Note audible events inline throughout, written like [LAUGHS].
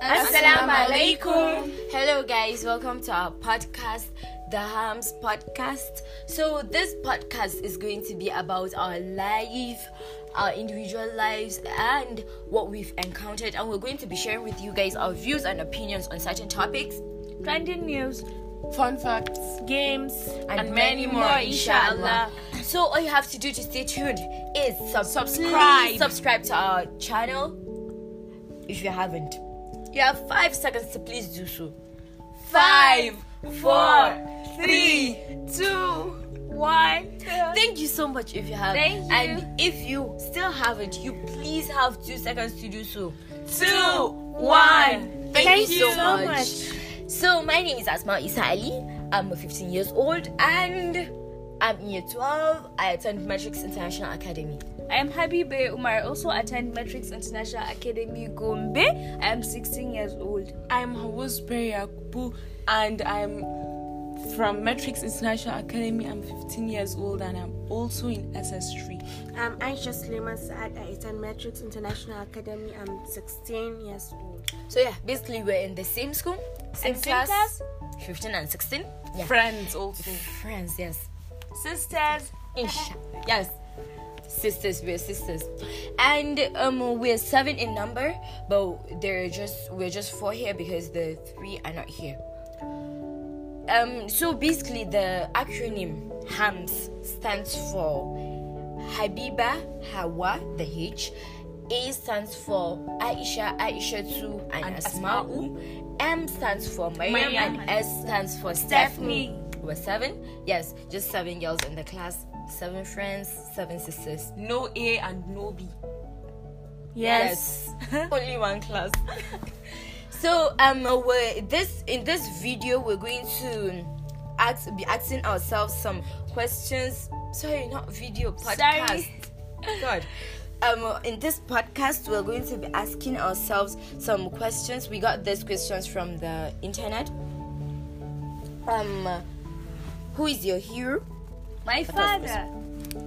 Assalamu alaikum. Hello, guys. Welcome to our podcast, The Hams Podcast. So, this podcast is going to be about our life, our individual lives, and what we've encountered. And we're going to be sharing with you guys our views and opinions on certain topics trending news, Fun facts. games, and, many, more, inshallah. So, all you have to do to stay tuned is sub- Subscribe. please Subscribe to our channel if you haven't. You have five seconds to please do so. Five, four. three, two, one. Thank you so much if you have. Thank you. And if you still haven't, you please have two seconds to do so. Two, one. Thank, Thank you, you so, so much. So my name is Asma Isa Ali. I'm 15 years old and I'm in year 12. I attend Matrix International Academy. I am Habibe Umar. I also attend Matrix International Academy Gombe. I am 16 years old. I'm Hawuzbe Yakubu and I'm from Matrix International Academy. I'm 15 years old and I'm also in SS3. I'm Aisha Suleiman Saad. I attend Matrix International Academy. I'm 16 years old. So yeah, basically we're in the same school, same, And same class, class? 15 and 16. Yeah. Friends also. Friends, yes. Sisters, Insha. Yes. Sisters, we're sisters. And um we're seven in number, but they're just we're just four here because the three are not here. Um so basically the acronym HAMS stands for Habiba Hawa the H. A stands for Aisha, Aisha Tu, and, Asma'u. M stands for Mariam, Mariam. and S stands for Stephanie. We're seven. Yes, just seven girls in the class. Seven friends, seven sisters. No A and no B. Yes. [LAUGHS] Only one class. so um we're, this in this video we're going to ask be asking ourselves some questions. Sorry, not video podcast. [LAUGHS] God. Um, in this podcast, we're going to be asking ourselves some questions. We got these questions from the internet. Um, who is your hero? my father,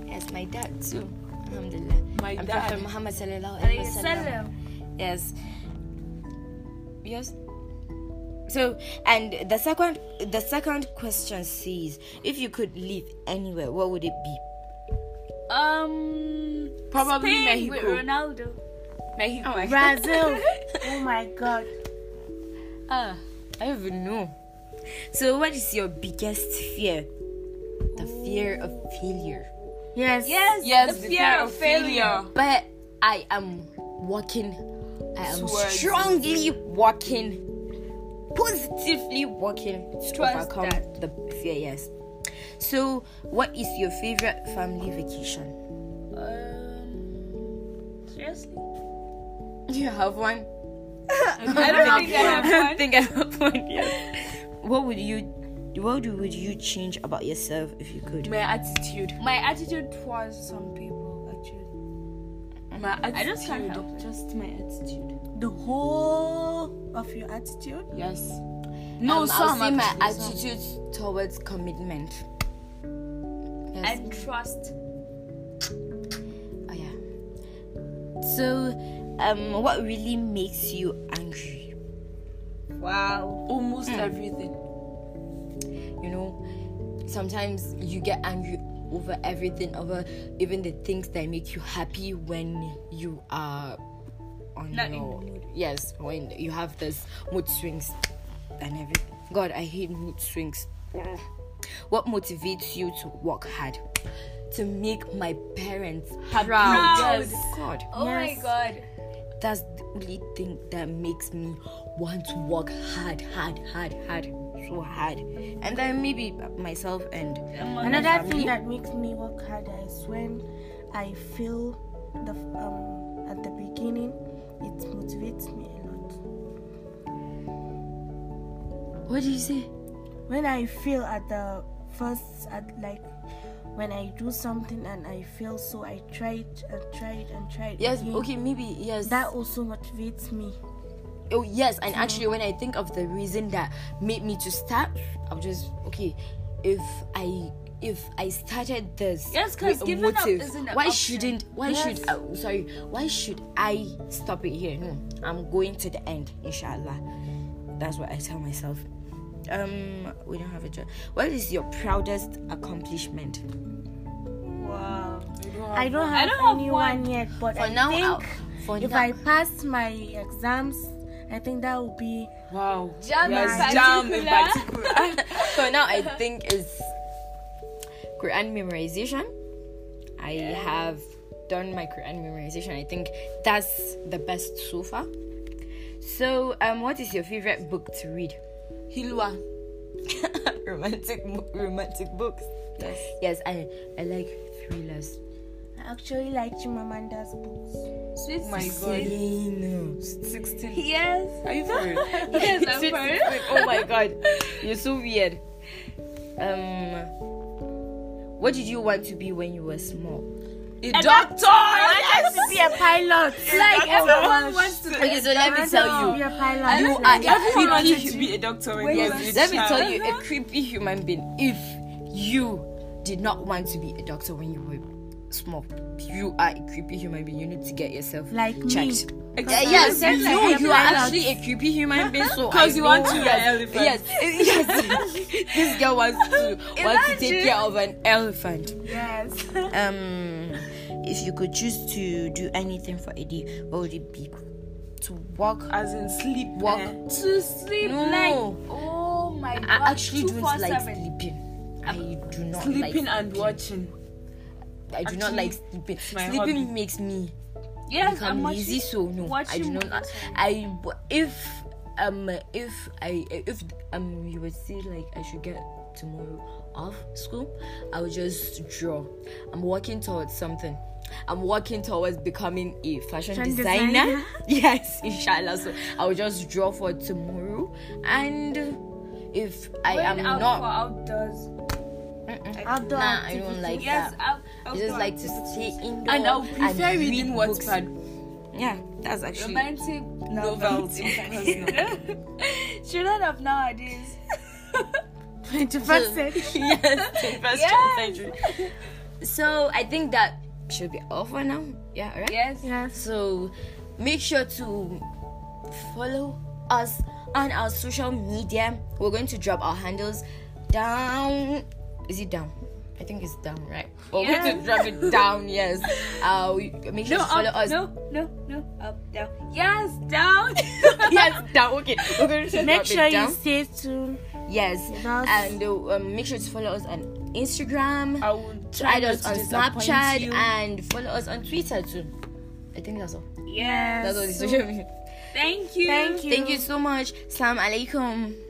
Yes, my dad too. Alhamdulillah. My and dad. Prophet Muhammad sallallahu alaihi alayhi wasallam. salam. Yes. Yes. So, and the second, the second question says, if you could live anywhere, what would it be? Um, Probably Spain with Mexico. Ronaldo. Mexico. Brazil. oh my God. Ah, I don't even know. So, what is your biggest fear? The fear of failure. [LAUGHS] Yes. Yes, Yes, the fear of failure. But I am walking, I am Towards- strongly walking, positively walking to Towards overcome that. the fear, yes. So, what is your favorite family vacation? Um, seriously, Do you have one? I don't think I have I one. don't [LAUGHS] think I have one, yes. What would you, what would you change about yourself if you could? My attitude. my attitude towards some people actually My attitude. I just can't help it. Just my attitude. The whole of your attitude. Yes. No, Um, some. I'll say my actually, some. attitude towards commitment. Yes. and trust oh yeah. So, um, what really makes you angry? wow Almost everything. You know, sometimes you get angry over everything, over even the things that make you happy when you are on Not in your the mood. yes, when you have this mood swings and everything. God, I hate mood swings. Ugh. What motivates you to work hard? To make my parents happy. Proud. Yes. God. oh my god that's the only thing that makes me want to work hard, hard, hard, hard, so hard. And then maybe myself and Another thing that makes me work harder is when I feel the um at the beginning, it motivates me a lot. what do you say? When I feel at the first at like. When I do something and I feel so, I tried and tried and tried. Yes, again. okay, maybe yes. That also motivates me. oh yes, Mm-hmm. and actually when I think of the reason that made me to start, I'm just okay. If I if I started this Yes, 'cause with a giving up isn't an why option. shouldn't why Yes. should uh, sorry why should I stop it here? No, I'm going to the end, inshallah. That's what I tell myself. Um, we don't have a job. What is your proudest accomplishment? Wow. don't I don't I have don't have anyone one. yet, but For I now, think I'll- for if now- I pass my exams, I think that will be Wow. Jam in yes, jam in particular. particular. [LAUGHS] so now I think it's Quran memorization. I have done my Quran memorization. I think that's the best so far. So, um, what is your favorite book to read? [LAUGHS] Hilwa. romantic, mo- romantic books. Yes. Yes, I I like thrillers. I actually like Chimamanda's books. Sweet Oh my sixteen. god. No. 16. Yes. Are you for real? Yes, I'm for it. oh my [LAUGHS] god, you're so weird. Um, what did you want to be when you were small? A And doctor! Yes! To be a [LAUGHS] Like pilot. Oh my everyone gosh. wants to. Okay, so let me Amanda tell wants you. to be a pilot. You are a Everyone creepy wanted to human be a doctor when Wait, he was wait. a Let me child. tell you, a creepy human being. If you did not want to be a doctor when you were small, you are a creepy human being. You need to get yourself Like me. checked. Yeah, Exactly. yes, Like you, a you are pilot. actually a creepy [LAUGHS] human being. So 'Cause I you want know- to be an yes, elephant. Yes, [LAUGHS] yes. this girl wants to [LAUGHS] wants to Imagine. take care of an elephant. [LAUGHS] Yes. [LAUGHS] Um, if you could choose to do anything for a day, what would it be? To walk, As in sleep. walk. eh? to sleep No. like oh my god. I actually don't like 247. sleeping. I do not like Sleeping and watching. I do not Actually, like sleeping. my Sleeping hobby. makes me Yes, become I'm watching. lazy, so no, I watching do not. movies I w- if um if I if um you would say like I should get tomorrow off school, I would just draw. I'm working towards something. I'm working towards becoming a fashion Fashion designer. designer. [LAUGHS] Yes, inshallah. So I will just draw for tomorrow, and if I Going am out not, for outdoors. Outdoor nah, I activities. don't [LAUGHS] like Yes, that. out, I outdoor just like to stay indoor And I'll prefer and read reading books. Wattpad Yeah, that's actually. romantic novels in person. [LAUGHS] children of nowadays. 21st century. [LAUGHS] yes, in first Yes. century. So I think that should be all for now. Yeah, all right. Yes. [LAUGHS] Yes. So make sure to follow us on our social media. We're going to drop our handles down. Is it down? I think it's down, right? We're going to drop it down. Yes. Uh, we, make sure No to follow up. us. No, no, no. Up, down. Yes, down. [LAUGHS] [LAUGHS] yes, down. Okay, we're going to Make drop sure it down. you stay tuned. Yes, That's- and uh, um, make sure to follow us on Instagram. I will try Add not us to on disappoint Snapchat you. and follow us on Twitter too. I think that's all. [LAUGHS] yes. That's all the social media. Thank you. Thank you. Thank you so much. Salam alaikum.